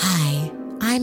Hi, I'm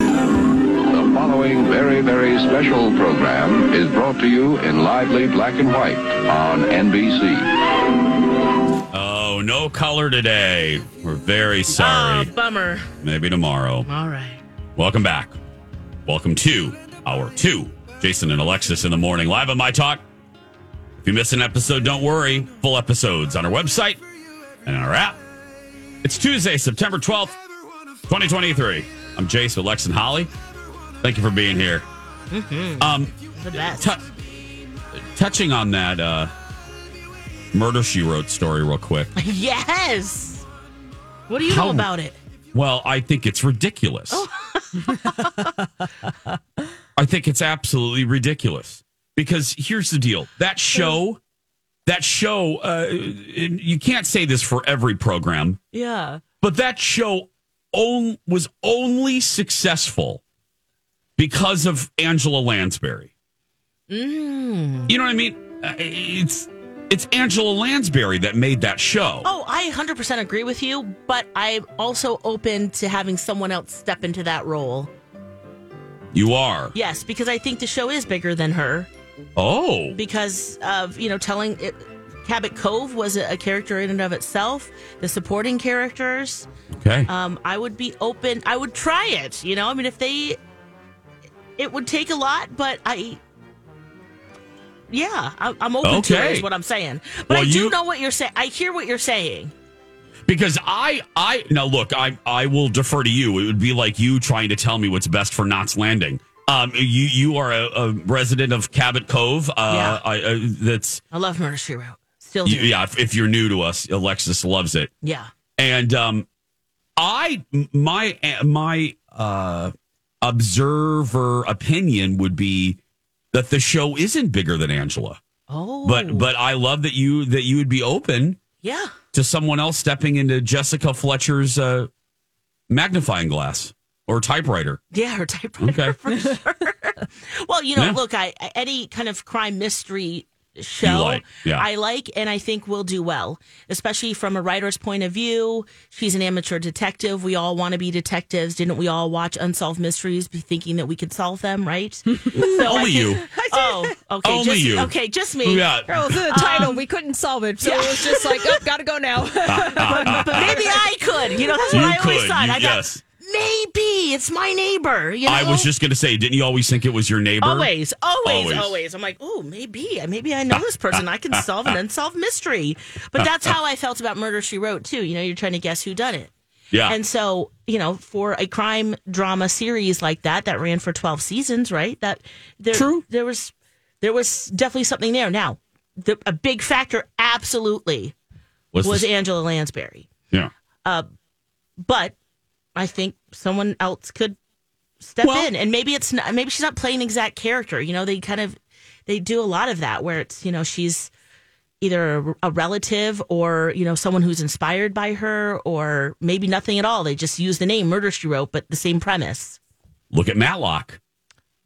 The following very, very special program is brought to you in lively black and white on NBC. Oh, no color today. We're very sorry. Oh, bummer. Maybe tomorrow. All right. Welcome back. Welcome to our two. Jason and Alexis in the morning, live on My Talk. If you miss an episode, don't worry. Full episodes on our website and on our app. It's Tuesday, September 12th, 2023. I'm Jason, Alex, and Holly. Thank you for being here. Um, The best. tou- touching on that uh, murder she wrote story, real quick. yes. What do you How- know about it? Well, I think it's ridiculous. I think it's absolutely ridiculous because here's the deal: that show, that show, uh, you can't say this for every program, Yeah. but that show on, was only successful because of Angela Lansbury. You know what I mean? Uh, It's it's Angela Lansbury that made that show. Oh, I 100% agree with you, but I'm also open to having someone else step into that role. You are. Yes, because I think the show is bigger than her Oh, because of, you know, telling it. Cabot Cove was a a character in and of itself. The supporting characters, okay. um, I would be open. I would try it. You know, I mean, if they, it would take a lot, but I, yeah, I, I'm open to Okay. it. Is what I'm saying. But I Well, do you- know what you're saying. I hear what you're saying. because I I now look I I will defer to you. It would be like you trying to tell me what's best for Knott's Landing. Um, you you are a, a resident of Cabot Cove. Uh, Yeah. I, uh, that's I love Murder She Wrote. Still do. you, yeah. If, if you're new to us, Alexis loves it. Yeah. And um, I my my uh observer opinion would be that the show isn't bigger than Angela. Oh. But but I love that you that you would be open yeah. to someone else stepping into Jessica Fletcher's uh, magnifying glass or typewriter. Yeah, her typewriter Okay. for sure. well, you know, Yeah. look, I I- any kind of crime mystery show like, yeah. I like and I think will do well, especially from a writer's point of view. She's an amateur detective. We all want to be detectives. Didn't we all watch Unsolved Mysteries be thinking that we could solve them, right? So I Only think- you. Oh, okay. Only just, you. Okay, just me. Oh, Yeah. That was the Um, title. we couldn't solve it, so it was just like, oh, gotta go now. Ah, But maybe I could. You know, that's You what I always could. thought. You- I got, yes. Maybe it's my neighbor. You know? Oh, I was just going to say, didn't you always think it was your neighbor? Always, always, Always. always, I'm like, oh, maybe, maybe I know this person. I can solve an unsolved mystery. But that's how I felt about Murder She Wrote too. You know, you're trying to guess who done it. Yeah. And so, you know, for a crime drama series like that that ran for 12 seasons, right? That there, True. There was, there was definitely something there. Now, the, a big factor, absolutely, What's was this- Angela Lansbury. yeah. But I think someone else could step Well- in, and maybe it's not, maybe she's not playing the exact character. You know, they kind of they do a lot of that where it's you know she's either a, a relative or you know someone who's inspired by her, or maybe nothing at all. They just use the name Murder She Wrote, but the same premise, Look at Matlock.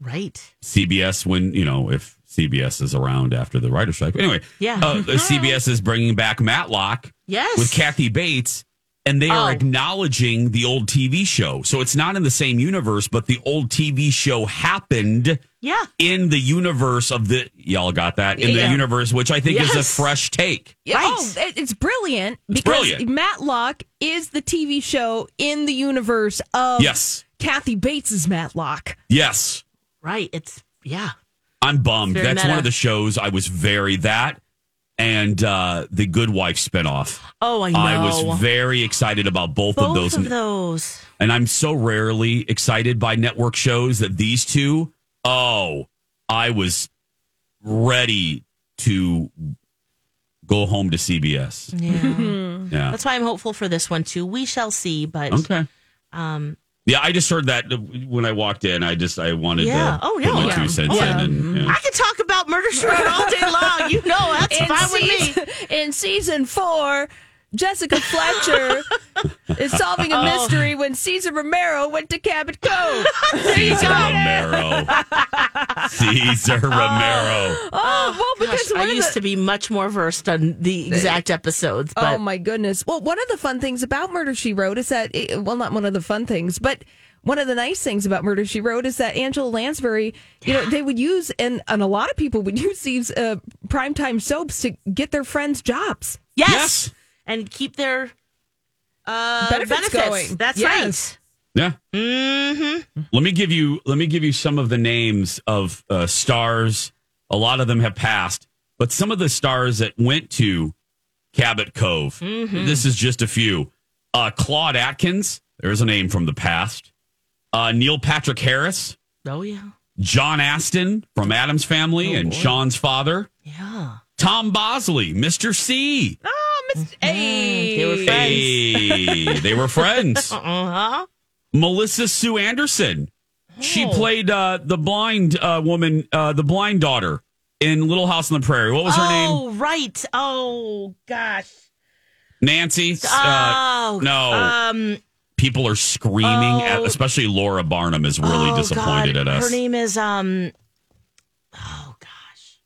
right? CBS, when, you know, if CBS is around after the writer's strike. Anyway, Yeah. uh, CBS is bringing back Matlock Yes, with Kathy Bates, and they are Oh. acknowledging the old TV show. So it's not in the same universe, but the old TV show happened. Yeah, in the universe of the y'all got that in Yeah. the universe, which I think is a Yes. fresh take. Oh, it- it's brilliant because brilliant. Matlock is the TV show in the universe of Yes, Kathy Bates' Matlock. yes, Right. It's yeah. I'm bummed. Very That's one meta. of the shows I was very that and uh the Good Wife spinoff. Oh, I know. I was very excited about both, both of those. of those. And I'm so rarely excited by network shows that these two, oh, I was ready to go home to CBS. Yeah. Yeah. That's why I'm hopeful for this one too. We shall see, but okay. um Yeah, I just heard that when I walked in. I just I wanted Yeah. to Oh, put no, my yeah. two cents Oh, in. yeah. And, yeah. I could talk about murder Shrine all day long. You know that's fine with me. season, in season four, Jessica Fletcher is solving Oh. a mystery when Caesar Romero went to Cabot Cove. Caesar Romero. Caesar Romero. Oh, well, because Gosh, one I of the- used to be much more versed on the exact episodes, but oh my goodness. Well, one of the fun things about Murder She Wrote is that it, well, not one of the fun things, but one of the nice things about Murder She Wrote is that Angela Lansbury, you know, they would use and and a lot of people would use these uh, primetime soaps to get their friends jobs. yes. Yes. and keep their uh, Benefits benefits. going. That's Yes. Yeah. right. Mm-hmm. Let me give you let me give you some of the names of uh, stars. A lot of them have passed, but some of the stars that went to Cabot Cove. Mm-hmm. This is just a few. Uh, Claude Atkins. There's a name from the past. Uh, Neil Patrick Harris, Oh yeah, John Aston from Adam's Oh, Family and Sean's father. yeah. Tom Bosley, Mr. C. Hey, Hey, Mm-hmm. they were friends. they were friends. Uh-huh. Melissa Sue Anderson. Oh. She played uh, the blind uh, woman, uh, the blind daughter in Little House on the Prairie. What was her name? Oh right. Oh gosh. Nancy. Oh Uh, no. Um. People are screaming, at, Oh. especially Laura Barnum is really oh, disappointed God. at us. Her name is um. Oh gosh.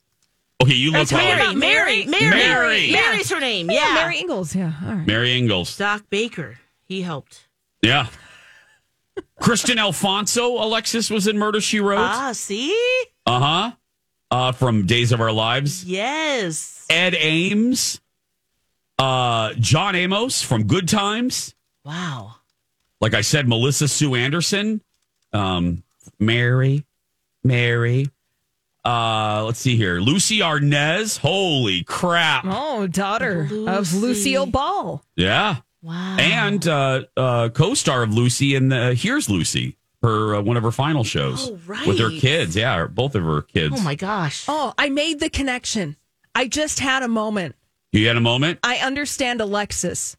okay, you look It's Mary. Mary. Mary. Mary. Mary. Mary's her name. Yeah. Mary Ingalls, yeah, all right. Mary Ingalls. Doc Baker. He helped. Yeah. Kristen Alfonso, Alexis was in Murder She Wrote. Ah, see. Uh-huh. Uh From Days of Our Lives. Yes. Ed Ames, uh, John Amos from Good Times. Wow. Like I said, Melissa Sue Anderson, um, Mary, Mary. Uh, let's see here. Lucy Arnez. Holy crap. Oh, daughter of Lucy. Lucille Ball. Yeah. Wow. And uh, uh, co star of Lucy in the uh, Here's Lucy, her uh, one of her final shows Oh, right. with her kids. Yeah, or both of her kids. Oh my gosh. Oh, I made the connection. I just had a moment. You had a moment? I understand Alexis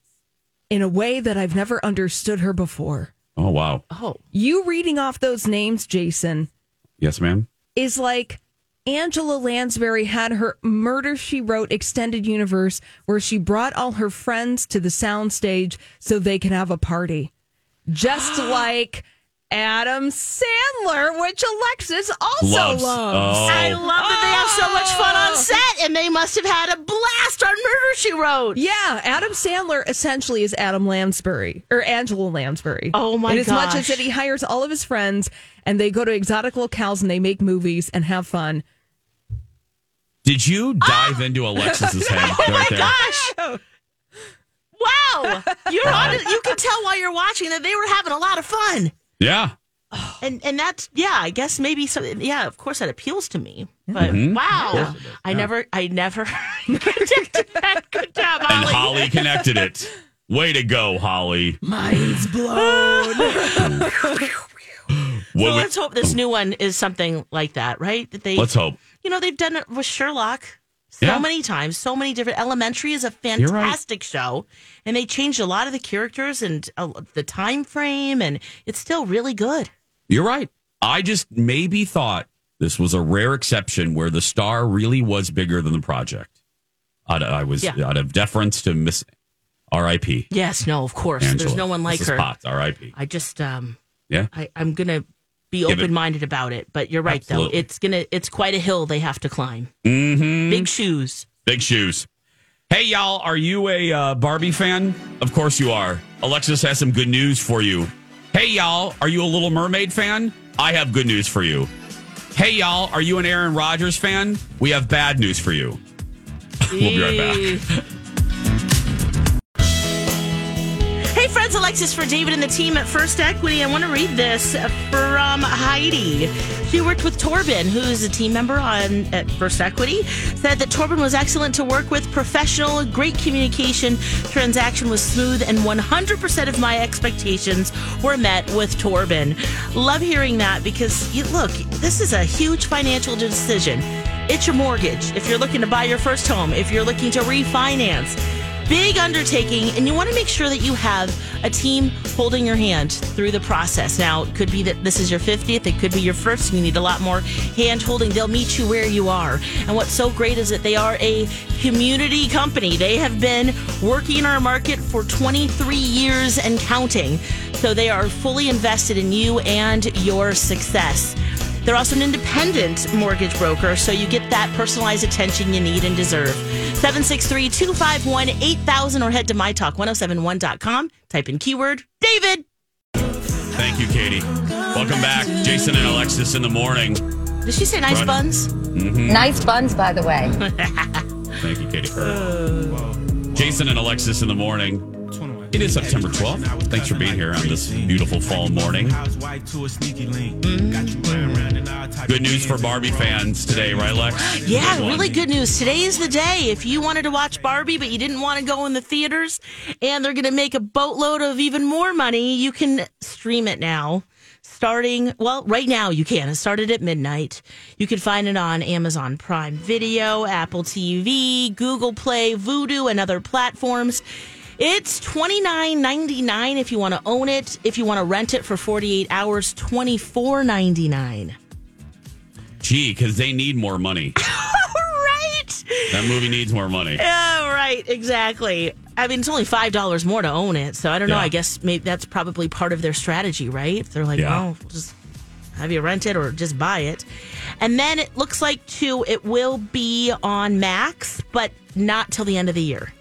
in a way that I've never understood her before. Oh, wow. Oh. You reading off those names, Jason, Yes, ma'am. is like Angela Lansbury had her Murder She Wrote extended universe where she brought all her friends to the soundstage so they can have a party. Just like Adam Sandler, which Alexis also Loves. loves. Oh. I love that they have so much fun on set, and they must have had a blast on Murder She Wrote. Yeah, Adam Sandler essentially is Adam Lansbury or Angela Lansbury. Oh, my And as much as gosh. that he hires all of his friends and they go to exotic locales and they make movies and have fun. Did you Ah! dive into Alexis's head Oh, right there? Gosh. Wow. You're on it. You can tell while you're watching that they were having a lot of fun. Yeah. And and that's yeah, I guess maybe so yeah, of course that appeals to me. But Mm-hmm. wow. I never I never predicted that. Good job, And Ollie. Holly connected it. Way to go, Holly. Mind's blown. What So we- let's hope this new one is something like that, right? That they let's hope. you know, they've done it with Sherlock so Yeah. many times, so many different. Elementary is a You're right. fantastic show, and they changed a lot of the characters and uh, the time frame, and it's still really good. You're right. I just maybe thought this was a rare exception where the star really was bigger than the project. Out of, I was Yeah. out of deference to Miss R.I.P. Yes, no, of course, Angela. there's no one like Mrs. her. Potts, R.I.P. I just, um, Yeah. I, I'm gonna be Give it- open minded about it, but you're right Absolutely. though. It's gonna, it's quite a hill they have to climb. Mm-hmm. Big shoes. Big shoes. Hey, y'all. Are you a uh, Barbie fan? Of course you are. Alexis has some good news for you. Hey, y'all. Are you a Little Mermaid fan? I have good news for you. Hey, y'all. Are you an Aaron Rodgers fan? We have bad news for you. We'll be right back. Hey, friends, Alexis Alexis for David and the team at First Equity. I want to read this from Heidi. She worked with Torben, who's a team member on at First Equity. Said that Torben was excellent to work with, professional, great communication. Transaction was smooth, and 100% of my expectations were met with Torben. Love hearing that because you, look, this is a huge financial decision. It's your mortgage. If you're looking to buy your first home, if you're looking to refinance big undertaking and you want to make sure that you have a team holding your hand through the process now it could be that this is your 50th it could be your first and you need a lot more hand holding they'll meet you where you are and what's so great is that they are a community company they have been working in our market for 23 years and counting so they are fully invested in you and your success they're also an independent mortgage broker, so you get that personalized attention you need and deserve. 763 251 8000 or head to mytalk1071.com, type in keyword David. Thank you, Katie. Welcome back, Jason and Alexis in the morning. Did she say nice Right. buns? Nice buns, by the way. Thank you, Katie. Jason and Alexis in the morning. It is September 12th. Thanks for being here on this beautiful fall morning. Good news for Barbie fans today, right, Lex? Yeah, Good one. really good news. Today is the day. If you wanted to watch Barbie but you didn't want to go in the theaters and they're going to make a boatload of even more money, you can stream it now. Starting, well, right now you can. It started at midnight. You can find it on Amazon Prime Video, Apple TV, Google Play, Vudu, and other platforms. It's twenty nine ninety nine if you want to own it. If you want to rent it for 48 hours, twenty four ninety nine. Gee, because they need more money. right. That movie needs more money. Yeah, right. Exactly. I mean, it's only five dollars more to own it, so I don't know. Yeah. I guess maybe that's probably part of their strategy, right? They're like, Yeah. oh, we'll just have you rent it or just buy it, and then it looks like too it will be on Max, but not till the end of the year.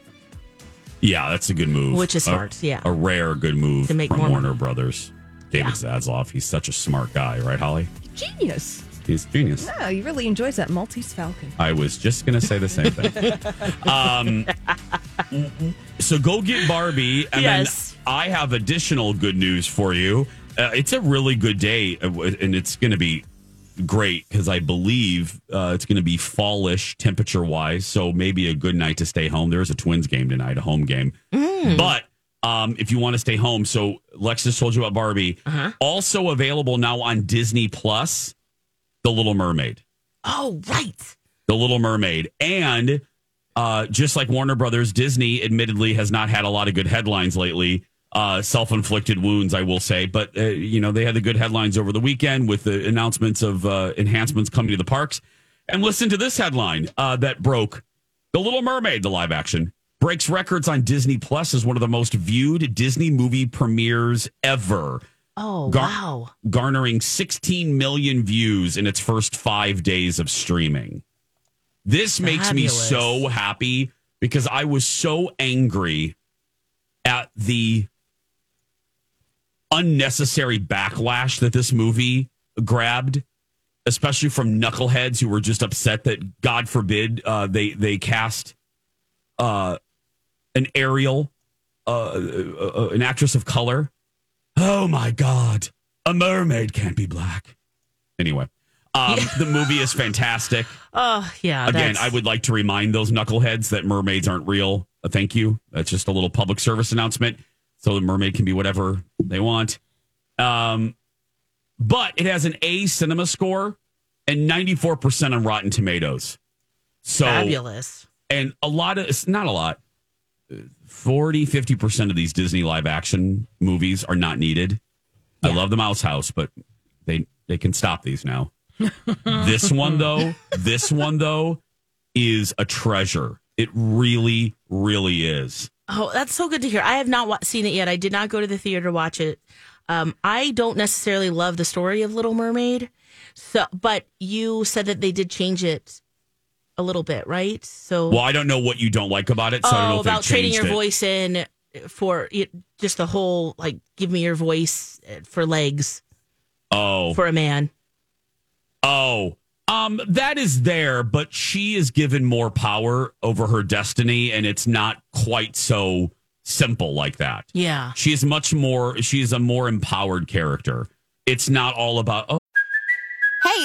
Yeah, that's a good move. Which is A- smart, yeah. A rare good move To make from more Warner Brothers. David Zaslav, he's such a smart guy, right, Holly? Genius. He's genius. Yeah, he really enjoys that Maltese Falcon. I was just going to say the same thing. um, so go get Barbie. And Yes. then I have additional good news for you. Uh, it's a really good day, uh, and it's going to be great because I believe uh, it's going to be fallish temperature wise. So maybe a good night to stay home. There is a Twins game tonight, a home game. But. Um, if you want to stay home, so Lexus told you about Barbie. Also available now on Disney Plus, The Little Mermaid. Oh, right. The Little Mermaid. And uh, just like Warner Brothers, Disney admittedly has not had a lot of good headlines lately. Uh, Self inflicted wounds, I will say. But, uh, you know, they had the good headlines over the weekend with the announcements of uh, enhancements coming to the parks. And listen to this headline uh, that broke The Little Mermaid, the live action, breaks records on Disney Plus as one of the most viewed Disney movie premieres ever Oh, Gar- wow. garnering 16 million views in its first five days of streaming. This makes me Fabulous. so happy because I was so angry at the unnecessary backlash that this movie grabbed, especially from knuckleheads who were just upset that, God forbid, uh, they they cast uh, an Ariel, uh, uh, uh, an actress of color. Oh my God, a mermaid can't be black. Anyway, um, the movie is fantastic. Oh, yeah. Again, that's- I would like to remind those knuckleheads that mermaids aren't real. Uh, thank you. That's just a little public service announcement. So the mermaid can be whatever they want. Um, but it has an A cinema score and 94% on Rotten Tomatoes. So, fabulous. and a lot of, it's not a lot, uh, 40, 50% of these Disney live action movies are not needed. I love the Mouse House, but they, they can stop these now. this one though, this one though is a treasure. It really, really is. Oh, that's so good to hear. I have not wa- seen it yet. I did not go to the theater to watch it. Um, I don't necessarily love the story of Little Mermaid, so but you said that they did change it a little bit, right? So, Well, I don't know what you don't like about it, so I don't know oh, if they've about trading your changed it. voice in for it, just the whole like, give me your voice eh, for legs Oh, for a man. oh, um, that is there, but she is given more power over her destiny, and it's not quite so simple like that. Yeah. She's much more, she's a more empowered character. It's not all about, oh, Hey,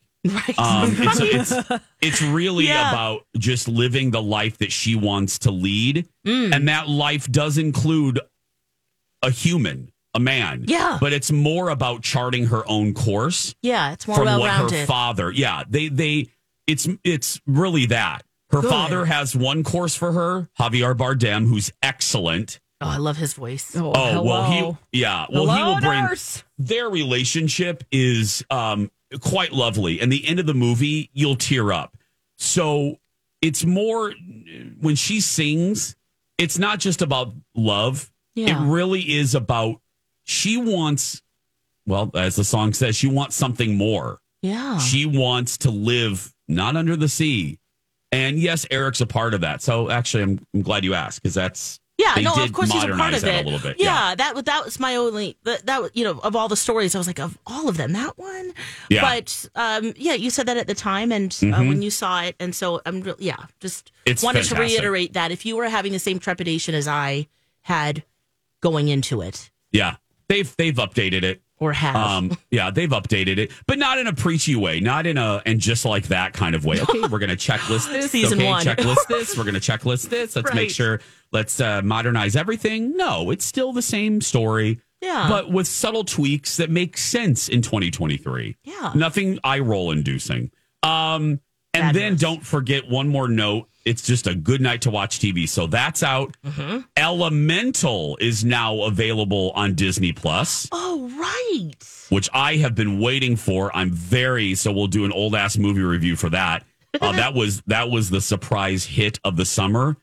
Right. Um, it's, it's, it's really Yeah. about just living the life that she wants to lead. Mm. And that life does include a human, a man. Yeah. But it's more about charting her own course yeah, it's more from well what her rounded. father. Yeah. They, they, it's, it's really that. Her Good. father has one course for her, Javier Bardem, who's excellent. oh, I love his voice. Oh, Oh, well, hello. he, yeah. Well, he Hello, will bring nurse. their relationship is um, quite lovely. And the end of the movie, you'll tear up. So it's more when she sings, it's not just about love. Yeah. It really is about she wants, well, as the song says, she wants something more. Yeah. She wants to live not under the sea. And yes, Eric's a part of that. So actually, I'm, I'm glad you asked because that's Yeah, they no, did of course he's a part modernize of that it. a little bit. Yeah, that wa- that was my only that, that was- you know of all the stories I was like of all of them that one. Yeah. Mm-hmm. But um, yeah, you said that at the time and uh, when you saw it, and so I'm real yeah, just It's wanted to fantastic. reiterate that if you were having the same trepidation as I had going into it yeah. They've they've updated it. or have, Um, yeah, they've updated it, but not in a preachy way, not in a and just like that kind of way. Okay, we're gonna checklist this. Season okay, one. checklist this. We're gonna checklist this. Let's make Right. sure. Let's uh, modernize everything. No, it's still the same story. Yeah. but with subtle tweaks that make sense in 2023. Yeah. nothing eye roll inducing. Um, and then Fabulous. don't forget one more note. It's just a good night to watch TV. So that's out. Mm-hmm. Elemental is now available on Disney Plus oh right, which I have been waiting for. I'm very so we'll do an old ass movie review for that. Uh, that was that was the surprise hit of the summer.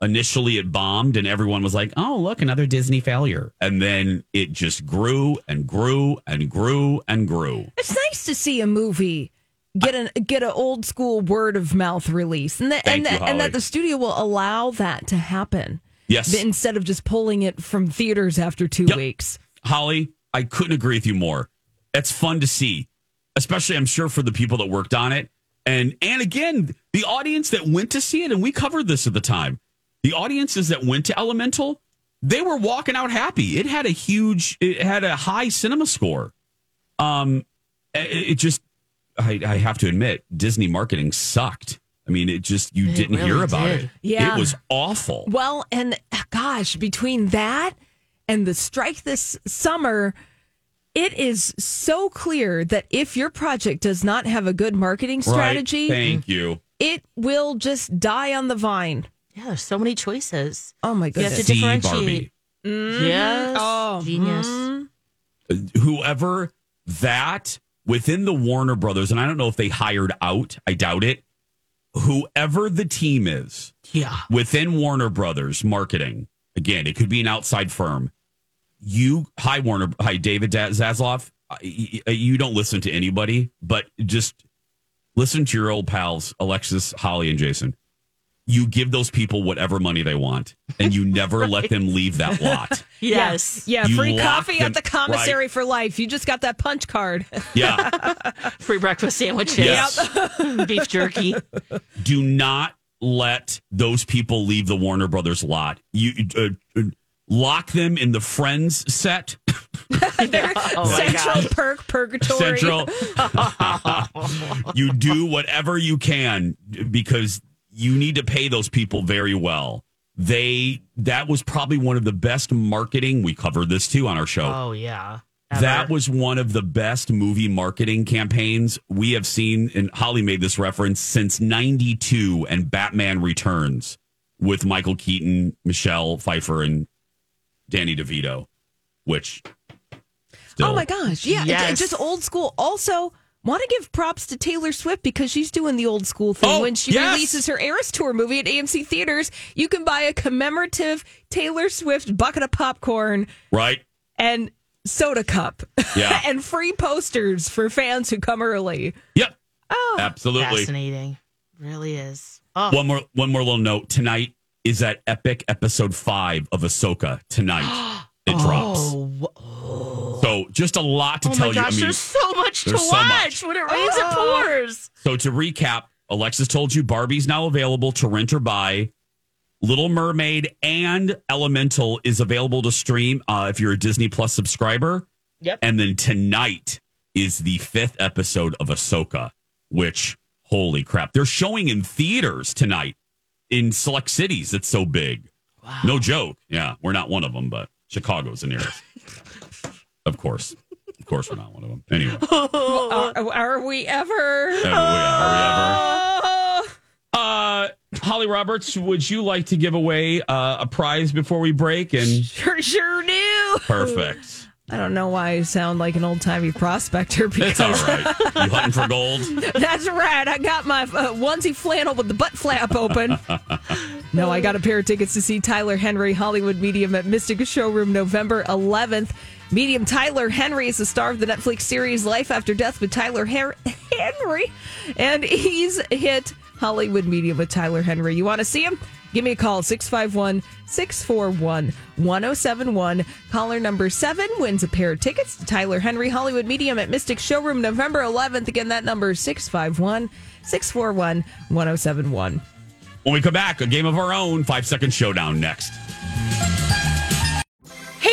Initially, it bombed, and everyone was like, "Oh, look, another Disney failure." And then it just grew and grew and grew and grew. It's nice to see a movie get an get an old school word of mouth release, and that Thank and you, that, and Holly. that the studio will allow that to happen Yes, instead of just pulling it from theaters after two Yep. weeks. Holly, I couldn't agree with you more. That's fun to see, especially I'm sure for the people that worked on it. And and again, the audience that went to see it, and we covered this at the time. The audiences that went to Elemental, they were walking out happy. It had a huge, it had a high cinema score. Um, i- it, just, I, I have to admit, Disney marketing sucked. I mean, it just you It didn't hear really about did. it. Yeah. it was awful. Well, and gosh, between that and the strike this summer, it is so clear that if your project does not have a good marketing strategy, Right? Thank you. it will just die on the vine. yeah. There's so many choices. Oh my You have goodness. to See, differentiate. Barbie. Yes, Oh, genius. whoever that within the Warner Brothers, and I don't know if they hired out, I doubt it. Whoever the team is Yeah, within Warner Brothers marketing, again, it could be an outside firm. You, hi, Warner, hi, David Da- Zasloff. I- I- You don't listen to anybody, but just listen to your old pals, Alexis, Holly, and Jason. You give those people whatever money they want, and you never let them leave that lot. yes. Yeah, You free lock coffee them- at the commissary for life. You just got that punch card. Yeah. Free breakfast sandwiches. Beef jerky. do not let those people leave the Warner Brothers lot. You uh, uh, lock them in the friends set Central Perk Purgatory. central. you do whatever you can because you need to pay those people very well. They that was probably one of the best marketing. We covered this too on our show. Oh yeah. That was one of the best movie marketing campaigns we have seen. And Holly made this reference since 92 and Batman Returns with Michael Keaton, Michelle Pfeiffer, and Danny DeVito, which. still- Oh my gosh. Yeah. it- Yes. It's just old school. Also, want to give props to Taylor Swift because she's doing the old school thing. Oh, when she yes. releases her Eras Tour movie at AMC Theaters, you can buy a commemorative Taylor Swift bucket of popcorn Right? and soda cup. Yeah. and free posters for fans who come early. Yep. Oh. Absolutely. Fascinating. Really is. Oh, One more one more little note. Tonight is that epic episode five of Ahsoka tonight. It drops. oh, wh- So just a lot to oh tell my you. gosh, there's so much to there's so watch. much. When it rains, it pours. So to recap, Alexis told you Barbie's now available to rent or buy. Little Mermaid and Elemental is available to stream uh, if you're a Disney Plus subscriber. Yep. And then tonight is the fifth episode of Ahsoka, which holy crap, they're showing in theaters tonight in select cities. It's so big. Wow. No joke. Yeah, we're not one of them, but Chicago's the nearest. of course, of course, we're not one of them. Anyway, there Oh, Are, are we ever? we are. Are we ever? Oh. Uh, Holly Roberts, would you like to give away uh, a prize before we break? And Sure, sure do. perfect. I don't know why I sound like an old timey prospector It's all because right. You hunting for gold? That's right. I got my uh, onesie flannel with the butt flap open. no, I got a pair of tickets to see Tyler Henry Hollywood Medium at Mystica Showroom November 11th. Medium Tyler Henry is the star of the Netflix series Life After Death with Tyler Her- Henry, and he's hit Hollywood Medium with Tyler Henry. You want to see him? Give me a call 651 641 1071. Caller number seven wins a pair of tickets to Tyler Henry Hollywood Medium at Mystic Showroom November 11th. Again, that number is 651 641 1071. When we come back, a game of our own, five second showdown next. Hey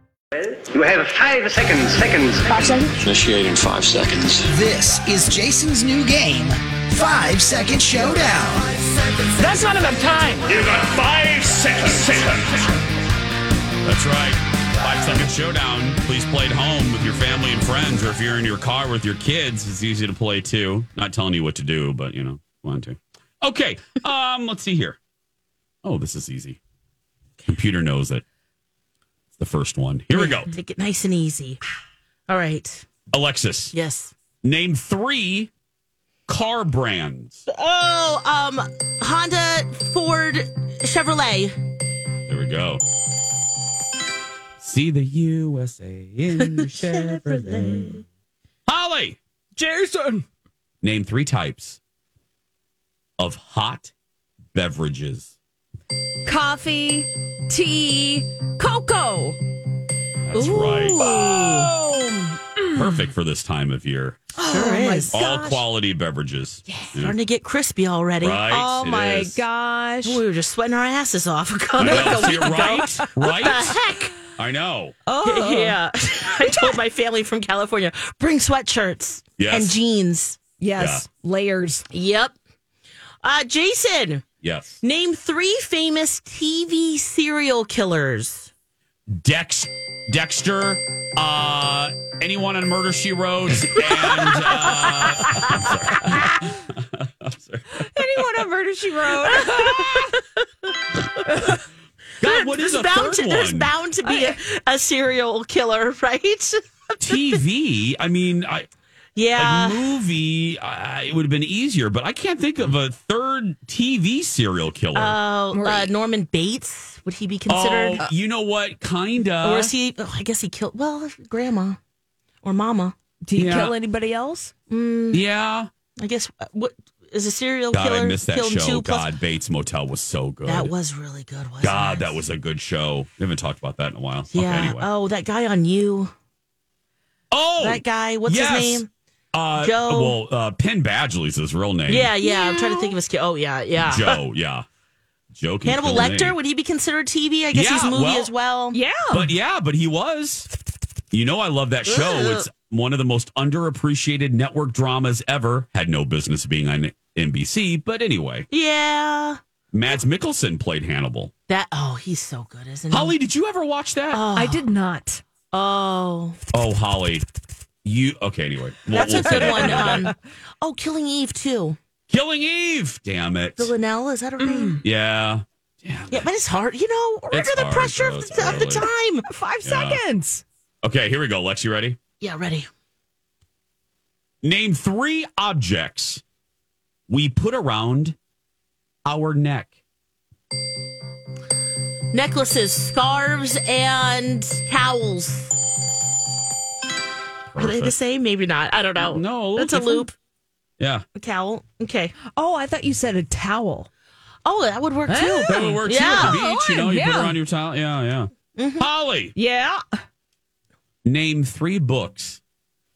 You have five seconds. Seconds. Initiating five seconds. This is Jason's new game, Five Second Showdown. That's not enough time. You got five seconds. That's right. Five second showdown. Please play at home with your family and friends, or if you're in your car with your kids, it's easy to play too. Not telling you what to do, but you know, want to. Okay. Um. Let's see here. Oh, this is easy. Computer knows it. It's the first one. Here we go. Take it nice and easy. All right. Alexis, Yes. name three car brands. Oh, um, Honda, Ford, Chevrolet. There we go. See the USA in your Chevrolet. Holly, Jason! name three types of hot beverages. Coffee, tea, cocoa. That's right. Perfect for this time of year. Oh Sure is. All quality beverages. Yeah. Starting to get crispy already. Right. Oh it my is. gosh. We were just sweating our asses off. I know. Like a See, week ago. right? Oh. Right? Heck. I know. Oh. Yeah. I told my family from California, bring sweatshirts Yes. and jeans. Yes, layers. Yep. Uh, Jason, Yes. name three famous TV serial killers. Dex, Dexter, uh, anyone on Murder She Wrote, and uh, Anyone on Murder She Wrote? God, what is there's a bound third to, There's one? bound to be a, a serial killer, right? TV. I mean, I, yeah. a movie. I, it would have been easier, but I can't think of a third TV serial killer. Oh, uh, Norman Bates would he be considered? oh, you know what? Kinda. or is he? Oh, I guess he killed. Well, grandma or mama. Do you Yeah. kill anybody else? yeah. I guess uh, what is a serial God, killer. I missed that killed show. two plus- God, Bates Motel was so good. that was really good. Wasn't God, it? that was a good show. We haven't talked about that in a while. yeah. Okay, anyway. Oh, that guy on you. Oh, that guy. What's yes. his name? Uh, Joe. Well, uh, Penn Badgley's his real name. Yeah, yeah, I'm trying to think of his kid. Oh, yeah, yeah. Joe. Yeah. Joe. can Hannibal kill an Lecter, ape. would he be considered TV? I guess Yeah, he's movie well- as well. Yeah. But yeah, but he was. You know, I love that show. Ugh. It's one of the most underappreciated network dramas ever. Had no business being on NBC, but anyway, Yeah. Mads Mikkelsen played Hannibal. That oh, he's so good, isn't Holly, did you ever watch that? Oh. I did not. he? Oh. Oh, Holly, you okay? Anyway, we'll- That's a we'll good save it for one. another day. Um, oh, Killing Eve too. Killing Eve. Damn it. Villanelle, is that her Mm. name? Yeah. Yeah, but it's hard, you know, we're It's under the hard, pressure though, of, it's the, of the time. Five Yeah. seconds. Okay, here we go. Lex, you ready? Yeah, ready. Name three objects we put around our neck. Necklaces, scarves, and cowls. Are they the Perfect. same? Maybe not. I don't No, a know. little that's a different. loop. Yeah. A cowl. Okay. Oh, I thought you said a towel. Oh, that would work Eh? too. Ah. That would work too Yeah. Mm-hmm. at the beach. You know, you put Yeah. her on your towel. Yeah, yeah. Holly, Yeah. name three books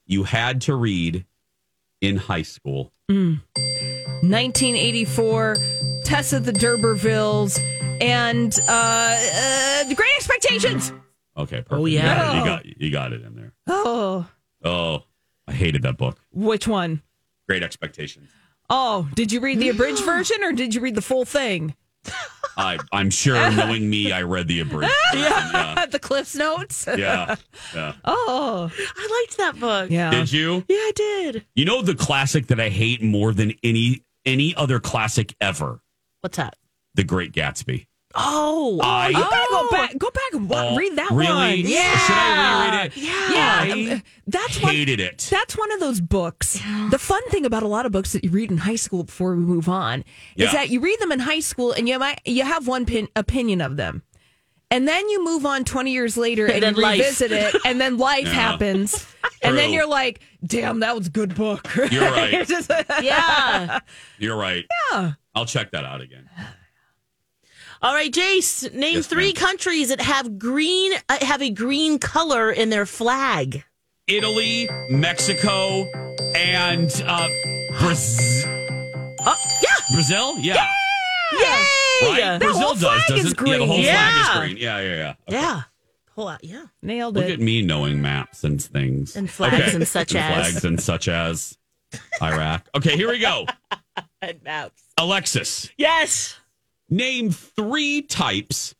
you had to read in high school. 1984, Tessa the D'Urbervilles, and uh, uh, The Great Expectations. Okay, perfect. Oh, yeah. You got, it. you got you got it in there. Oh, Oh, I hated that book. which one? Great Expectations. Oh, did you read the abridged version or did you read the full thing? I, I'm sure, knowing me, I read the abridged. yeah. the Cliff's Notes? yeah, yeah. Oh, I liked that book. yeah. Did you? Yeah, I did. You know the classic that I hate more than any any other classic ever, What's that? The Great Gatsby. Oh, I You gotta go back. Go back and wa- Oh, read that really? one. Yeah. Should I reread it? Yeah. Um, I That's one. hated it. That's one of those books. The fun thing about a lot of books that you read in high school before we move on Yeah. is that you read them in high school and you might you have one pin, opinion of them. And then you move on 20 years later and, then you life. revisit it and then life Yeah. happens. And then True. you're like, "Damn, that was a good book." You're right. It's just- yeah. You're right. Yeah. I'll check that out again. All right, Jace, name Yes, three ma'am. countries that have green uh, have a green color in their flag. Italy, Mexico, and uh, Brazil. Oh, yeah. Brazil? Yeah. Yay! Right? Yeah. Brazil whole does, flag doesn't is Yeah, the green. whole Yeah. flag is green. Yeah, yeah, yeah. Yeah. Pull out, yeah. Nailed Look it. at me knowing maps and things. And flags and such as. Flags and such as Iraq. Okay, here we go. And maps. Alexis, Yes. name three types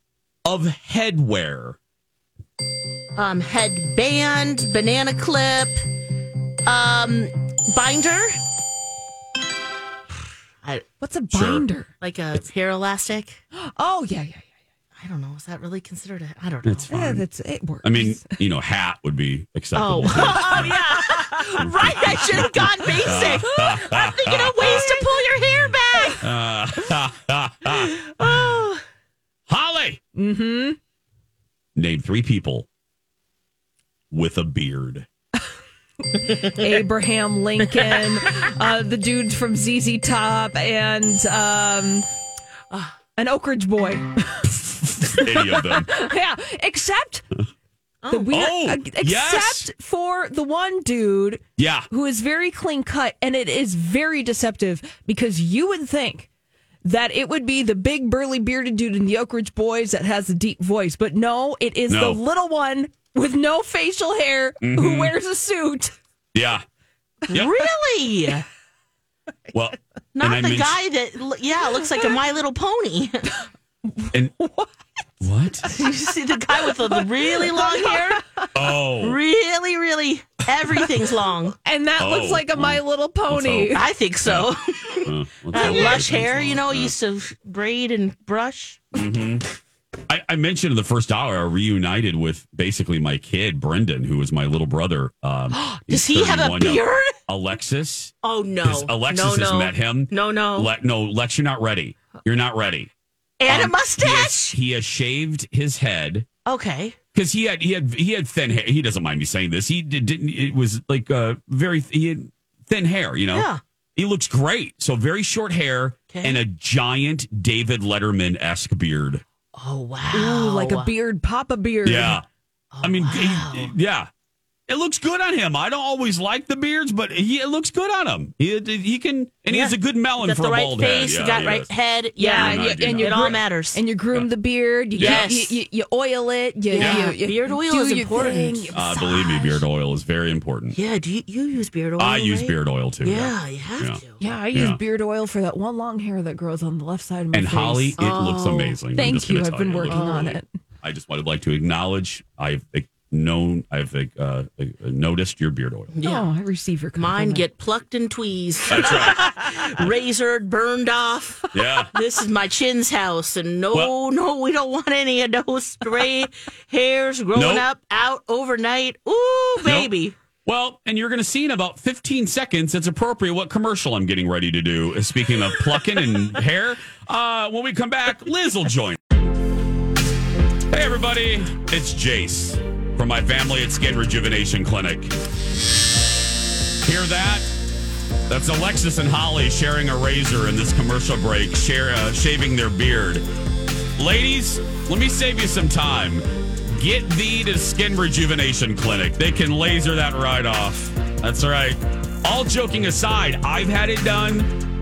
of headwear. Um, headband, banana clip, um, binder, What's a binder? like a hair elastic. Oh, yeah, yeah, I don't know. Is that really considered a? I don't know. It's yeah. fine. yeah that's it works. I mean, you know, hat would be Oh, acceptable. oh yeah. right. I should have gone basic. I'm thinking of ways to pull your hair back. Oh, Holly, mm-hmm. name three people with a beard. Abraham Lincoln, uh, the dude from ZZ Top, and um, an Oak Ridge boy. Any of them. yeah, except the weird, Oh, uh, except yes. for the one dude Yeah. who is very clean cut, and it is very deceptive because you would think that it would be the big burly bearded dude in the Oak Ridge Boys that has the deep voice, but no, it is No. Mm-hmm. the little one with no facial hair who wears a suit. Yeah. Yep. really? Well, and I Not the mentioned- guy that, l- yeah, looks like a My Little Pony. And, what? you see the guy with the, the really long hair? Oh, Really, really, everything's long. And that Oh, looks like a My Little hope. Pony. I think so. Uh, what's that That lush word? hair, you know, you used to braid and brush. Mm-hmm. I, I mentioned in the first hour, I reunited with basically my kid, Brendan, who was my little brother. Um, Does he's he have a 31 now. beard? Alexis. Oh no! Because Alexis no, has no. met him. No, no. Le- no, Lex, you're not ready. You're not ready. and a Um, He has, mustache. he has shaved his head okay. because he had he had he had thin hair. He doesn't mind me saying this. He did, didn't. It was like uh very he had thin hair, you know. Yeah. He looks great. So very short hair and a giant David Letterman esque beard. Oh wow! Ooh, like a beard, Papa beard. Yeah. Oh, I mean, he- yeah. It looks good on him. I don't always like the beards, but he, it looks good on him. He, he can, and he has a good melon got for the a right bald head. face, you Yeah, got he right does. head. Yeah, Yeah, no, I and, do you- not. it all matters. And you groom the beard. You, Yes. you, you, you oil it. You, Yeah. you, you, Beard oil do is your important. thing, you Uh, believe me, beard oil is very important. yeah, do you, you use beard oil? I use right? beard oil too. Yeah, you have to. Yeah, I use Yeah. beard oil for that one long hair that grows on the left side of my And face. Holly, it looks amazing. I'm Oh. Thank just gonna you. I've tell been you, it working looks on amazing. it. I just would like to acknowledge I've uh, known, I've uh, noticed your beard oil. Yeah. Oh, I receive your Mine compliment. get plucked and tweezed, That's right. razored, burned off. Yeah. This is my chin's house, and no, Well- no, we don't want any of those stray hairs growing Nope. up out overnight. Ooh, baby. Nope. Well, and you're going to see in about 15 seconds, it's appropriate what commercial I'm getting ready to do. Uh, Speaking of plucking and hair, uh, when we come back, Liz will join. Hey, everybody, it's Jace from my family at Skin Rejuvenation Clinic. Hear that? That's Alexis and Holly sharing a razor in this commercial break, share, uh, shaving their beard. Ladies, let me save you some time. Get thee to Skin Rejuvenation Clinic. They can laser that right off. That's right. All joking aside, I've had it done.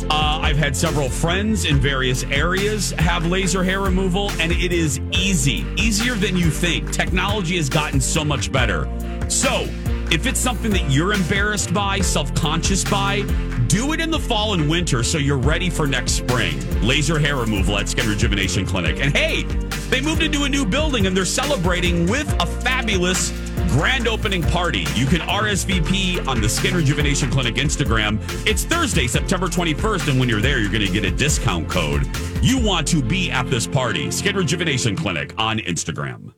Uh, I've had several friends in various areas have laser hair removal, and it is easy, easier than you think. Technology has gotten so much better. So, if it's something that you're embarrassed by, self conscious by, do it in the fall and winter so you're ready for next spring. Laser hair removal at Skin Rejuvenation Clinic. And hey, they moved into a new building and they're celebrating with a fabulous grand opening party. You can RSVP on the Skin Rejuvenation Clinic Instagram. It's Thursday, September 21st, and when you're there, you're going to get a discount code. You want to be at this party. Skin Rejuvenation Clinic on Instagram.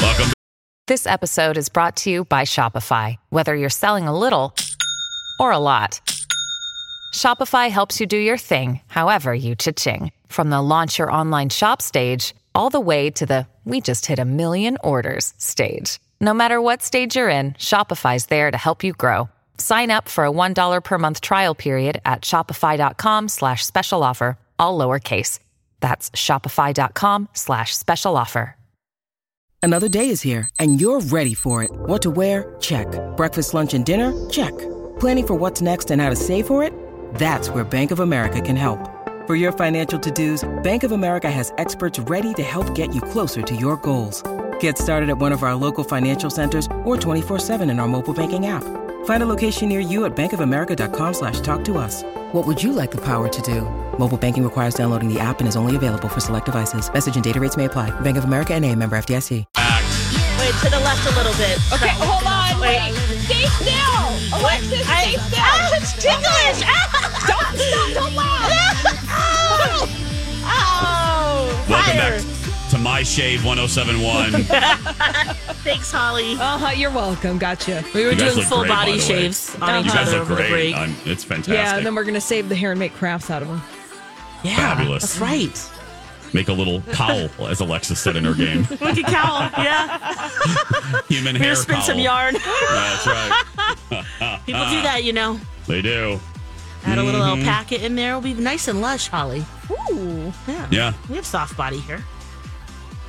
Welcome This episode is brought to you by Shopify. Whether you're selling a little or a lot, Shopify helps you do your thing, however you cha-ching. From the launch your online shop stage, all the way to the we just hit a million orders stage. No matter what stage you're in, Shopify's there to help you grow. Sign up for a $1 per month trial period at shopify.com slash special offer, all lowercase. That's shopify.com slash special offer. Another day is here, and you're ready for it. What to wear? Check. Breakfast, lunch, and dinner? Check. Planning for what's next and how to save for it? That's where Bank of America can help. For your financial to-dos, Bank of America has experts ready to help get you closer to your goals. Get started at one of our local financial centers or 24-7 in our mobile banking app. Find a location near you at bankofamerica.com slash talk to us. What would you like the power to do? Mobile banking requires downloading the app and is only available for select devices. Message and data rates may apply. Bank of America and a member FDIC. Wait, to the left a little bit. Okay, hold on. Wait. Oh, Stay still! Alexis, stay still! Ah, it's ticklish! Ah. don't stop, don't laugh! Oh, Welcome back to My Shave 1071. Thanks, Holly. Uh huh. You're welcome. Gotcha. We were You guys doing look full great, by body the way. shaves on You each guys other look over the great. break. I'm, it's Yeah, fantastic. and then we're gonna save the hair and make crafts out of them. yeah, Fabulous. That's right. Make a little cowl, as Alexis said in her game. Look at cowl. Yeah, Human hair here, spin cowl. some yarn. That's right. People Ah. do that, you know. They do. Add a little Mm-hmm. alpaca in there. It'll be nice and lush, Holly. Ooh, yeah. Yeah. We have soft body here.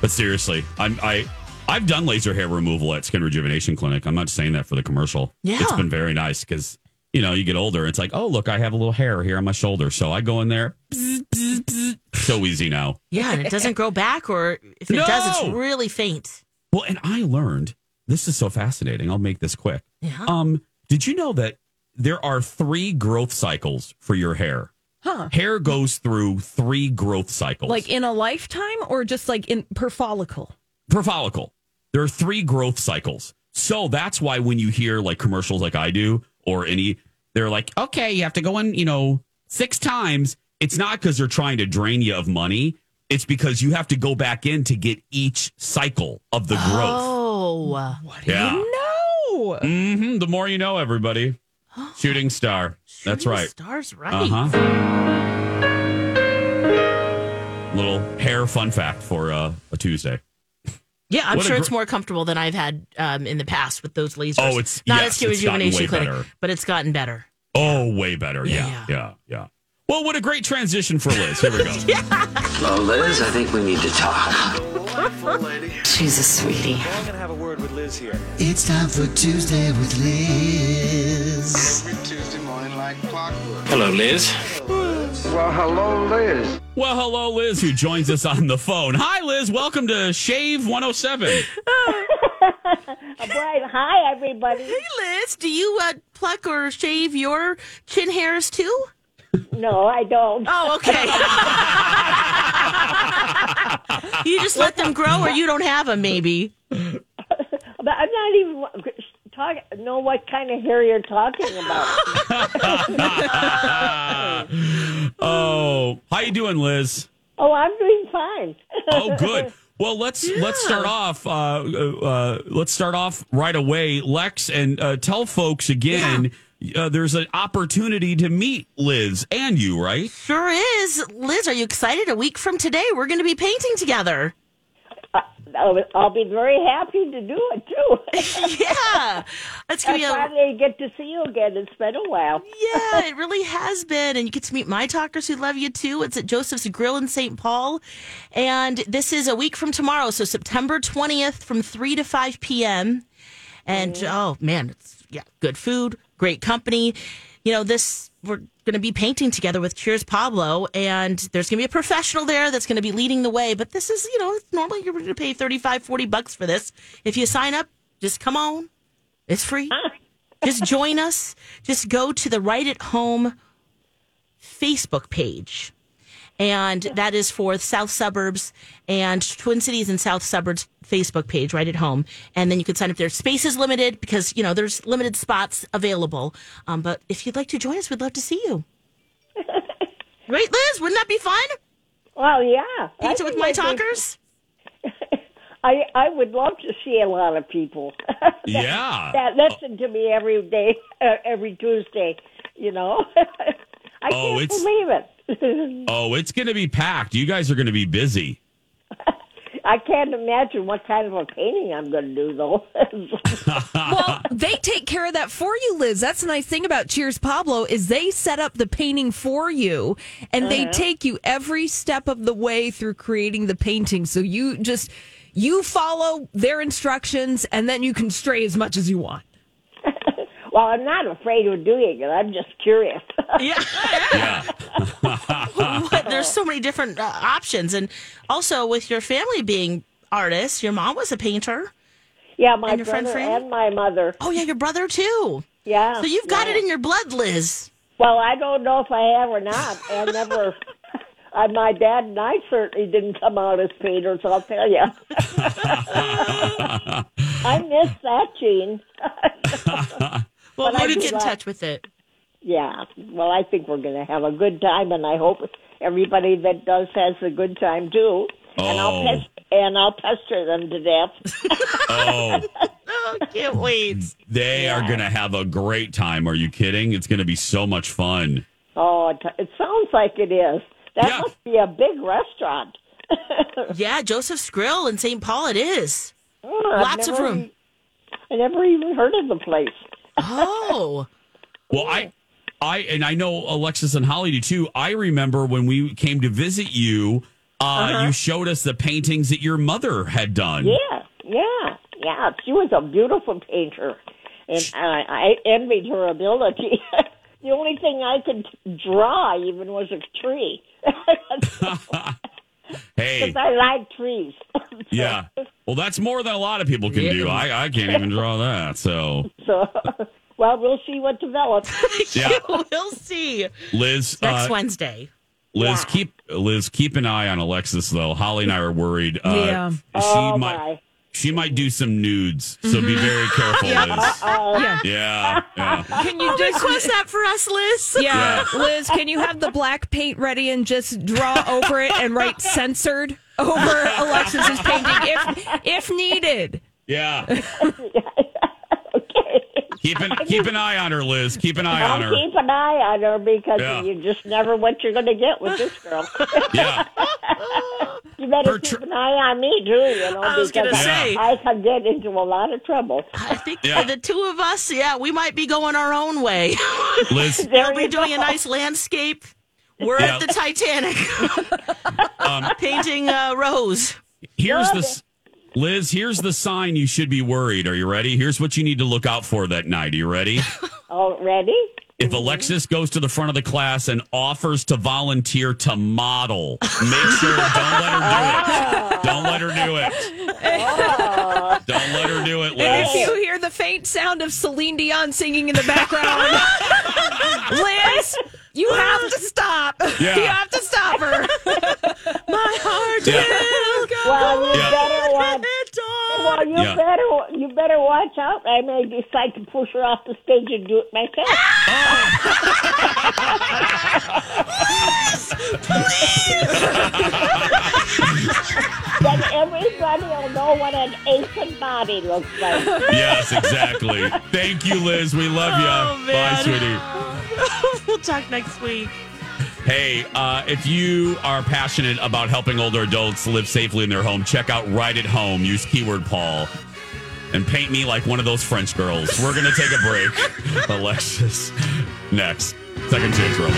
But seriously, I'm I I've done laser hair removal at Skin Rejuvenation Clinic. I'm not saying that for the commercial. Yeah. It's been very nice because you know, you get older, it's like, oh look, I have a little hair here on my shoulder. So I go in there. bzz, bzz, bzz. So easy now. Yeah, and it doesn't grow back, or if it No! does, it's really faint. Well, and I learned this is so fascinating. I'll make this quick. Yeah. Um, did you know that there are three growth cycles for your hair? Huh. Hair goes through three growth cycles. Like in a lifetime, or just like in per follicle. per follicle. There are three growth cycles. So that's why when you hear like commercials like I do or any, they're like, okay, you have to go in, you know, six times. It's not because they're trying to drain you of money. It's because you have to go back in to get each cycle of the growth. Oh, yeah. No. hmm The more you know, everybody. Shooting star. That's Shooting right. Stars right. Uh-huh. Little hair fun fact for uh, a Tuesday. Yeah, I'm What a sure gr- it's more comfortable than I've had um, in the past with those lasers. Oh, it's- not yes, as it's gotten rejuvenation way clinic, better. but it's gotten better. Oh, way better. Yeah, yeah, yeah. Well, what a great transition for Liz. Here we go. Well, Liz, I think we need to talk. She's a sweetie. I'm gonna have a word with Liz here. It's time for Tuesday with Liz. Hello, Liz. Well, hello, Liz. Well, hello, Liz, who joins us on the phone. Hi, Liz. Welcome to Shave 107. Right. Hi, everybody. Hey, Liz. Do you uh, pluck or shave your chin hairs too? No, I don't. Oh, okay. you just let them grow, or you don't have them, maybe. But I'm not even talk, know what kind of hair you're talking about. oh, how you doing, Liz? oh, I'm doing fine. Oh, good. Well, let's let's start off. Uh, uh, let's start off right away, Lex, and uh, tell folks again. Uh, there's an opportunity to meet Liz and you, right? Sure is. Liz, are you excited? A week from today, we're going to be painting together. I'll, I'll be very happy to do it too. yeah, that's gonna be a- I finally get to see you again. It's been a while. Yeah, it really has been. And you get to meet my talkers who love you too. It's at Joseph's Grill in St. Paul. And this is a week from tomorrow. So September 20th from 3 to 5 p.m. And oh man, it's yeah, good food, great company. You know, this we're going to be painting together with Cheers Pablo, and there's going to be a professional there that's going to be leading the way. But this is, you know, normally you're going to pay 35, 40 bucks for this. If you sign up, just come on. It's free. Just join us. Just go to the Right at Home Facebook page. And that is for South Suburbs and Twin Cities and South Suburbs Facebook page right at home. And then you can sign up there. Space is limited because, you know, there's limited spots available. Um, but if you'd like to join us, we'd love to see you. right, Liz? Wouldn't that be fun? Well, yeah. Pizza I with think my I'd be- talkers? I I would love to see a lot of people. Yeah. that listen to me every day, uh, every Tuesday. You know, I Oh, can't it's- believe it. Oh, it's going to be packed. You guys are going to be busy. I can't imagine what kind of a painting I'm going to do though. well, they take care of that for you, Liz. That's the nice thing about Cheers Pablo is they set up the painting for you, and they Uh-huh. take you every step of the way through creating the painting. So you just you follow their instructions, and then you can stray as much as you want. well, I'm not afraid of doing it. I'm just curious. yeah. What- There's so many different uh, options. And also, with your family being artists, your mom was a painter. Yeah, my and your friend brother Fran? and my mother. Oh yeah, your brother too. Yeah. So you've got yeah. it in your blood, Liz. Well, I don't know if I have or not. I never. I, my dad and I certainly didn't come out as painters. I'll tell you. I miss that gene. Well, But I why did do get in like- touch with it? Yeah. Well, I think we're going to have a good time, and I hope everybody that does has a good time too. And I'll Oh. pest- and I'll pester them to death. Oh, Oh, can't wait. they are going to have a great time. Are you kidding? It's going to be so much fun. Oh, it, it sounds like it is. That must be a big restaurant. yeah, Joseph's Grill in St. Paul. It is. Oh, I've Lots of never room. e- I never even heard of the place. Oh. Well, I, I, and I know Alexis and Holly do too. I remember when we came to visit you, uh, you showed us the paintings that your mother had done. Uh-huh. Yeah, yeah, yeah. She was a beautiful painter, and I, I envied her ability. the only thing I could draw even was a tree Hey, because I like trees. yeah. Well, that's more than a lot of people can do. I, I can't even draw that. So, So, well, we'll see what develops. Yeah. we'll see. Liz, Next uh, Wednesday. Liz, keep Liz, keep an eye on Alexis though. Holly and I are worried. Uh, Yeah. She Oh, might. my. She might do some nudes, so be very careful, Liz. Yeah. Yeah, yeah. Can you Oh, just request that for us, Liz? Yeah, Yeah. Liz, can you have the black paint ready and just draw over it and write censored over Alexis's painting if if needed? Yeah. Keep an keep an eye on her, Liz. Keep an eye on I'll her. keep an eye on her because Yeah. you just never what you're going to get with this girl. Yeah. you better keep an eye on me too, you know, I was gonna because say. I, I could get into a lot of trouble. I think the two of us, yeah, we might be going our own way. Liz. We'll be doing a nice landscape. We're Yeah. at the Titanic, painting uh, Rose. Here's the s- Liz. Here's the sign you should be worried. Are you ready? Here's what you need to look out for that night. Are you ready? Already? If Alexis goes to the front of the class and offers to volunteer to model, make sure don't let her do it. Don't let her do it. Don't let her do it, And if you Liz. hear the faint sound of Celine Dion singing in the background, Liz, you have to stop. Yeah. You have to stop her. My heart Yeah. will go Well, you Yeah. better watch. Well, you Yeah. better you better watch out. I may decide to push her off the stage and do it myself. then everybody will know what an ancient body looks like. Yes, exactly. Thank you, Liz. We love Oh, you. Bye, man. sweetie. we'll talk next week. Hey, uh, if you are passionate about helping older adults live safely in their home, check out Right at Home. Use keyword Paul and paint me like one of those French girls. We're going to take a break. Alexis, next. Second chance romance.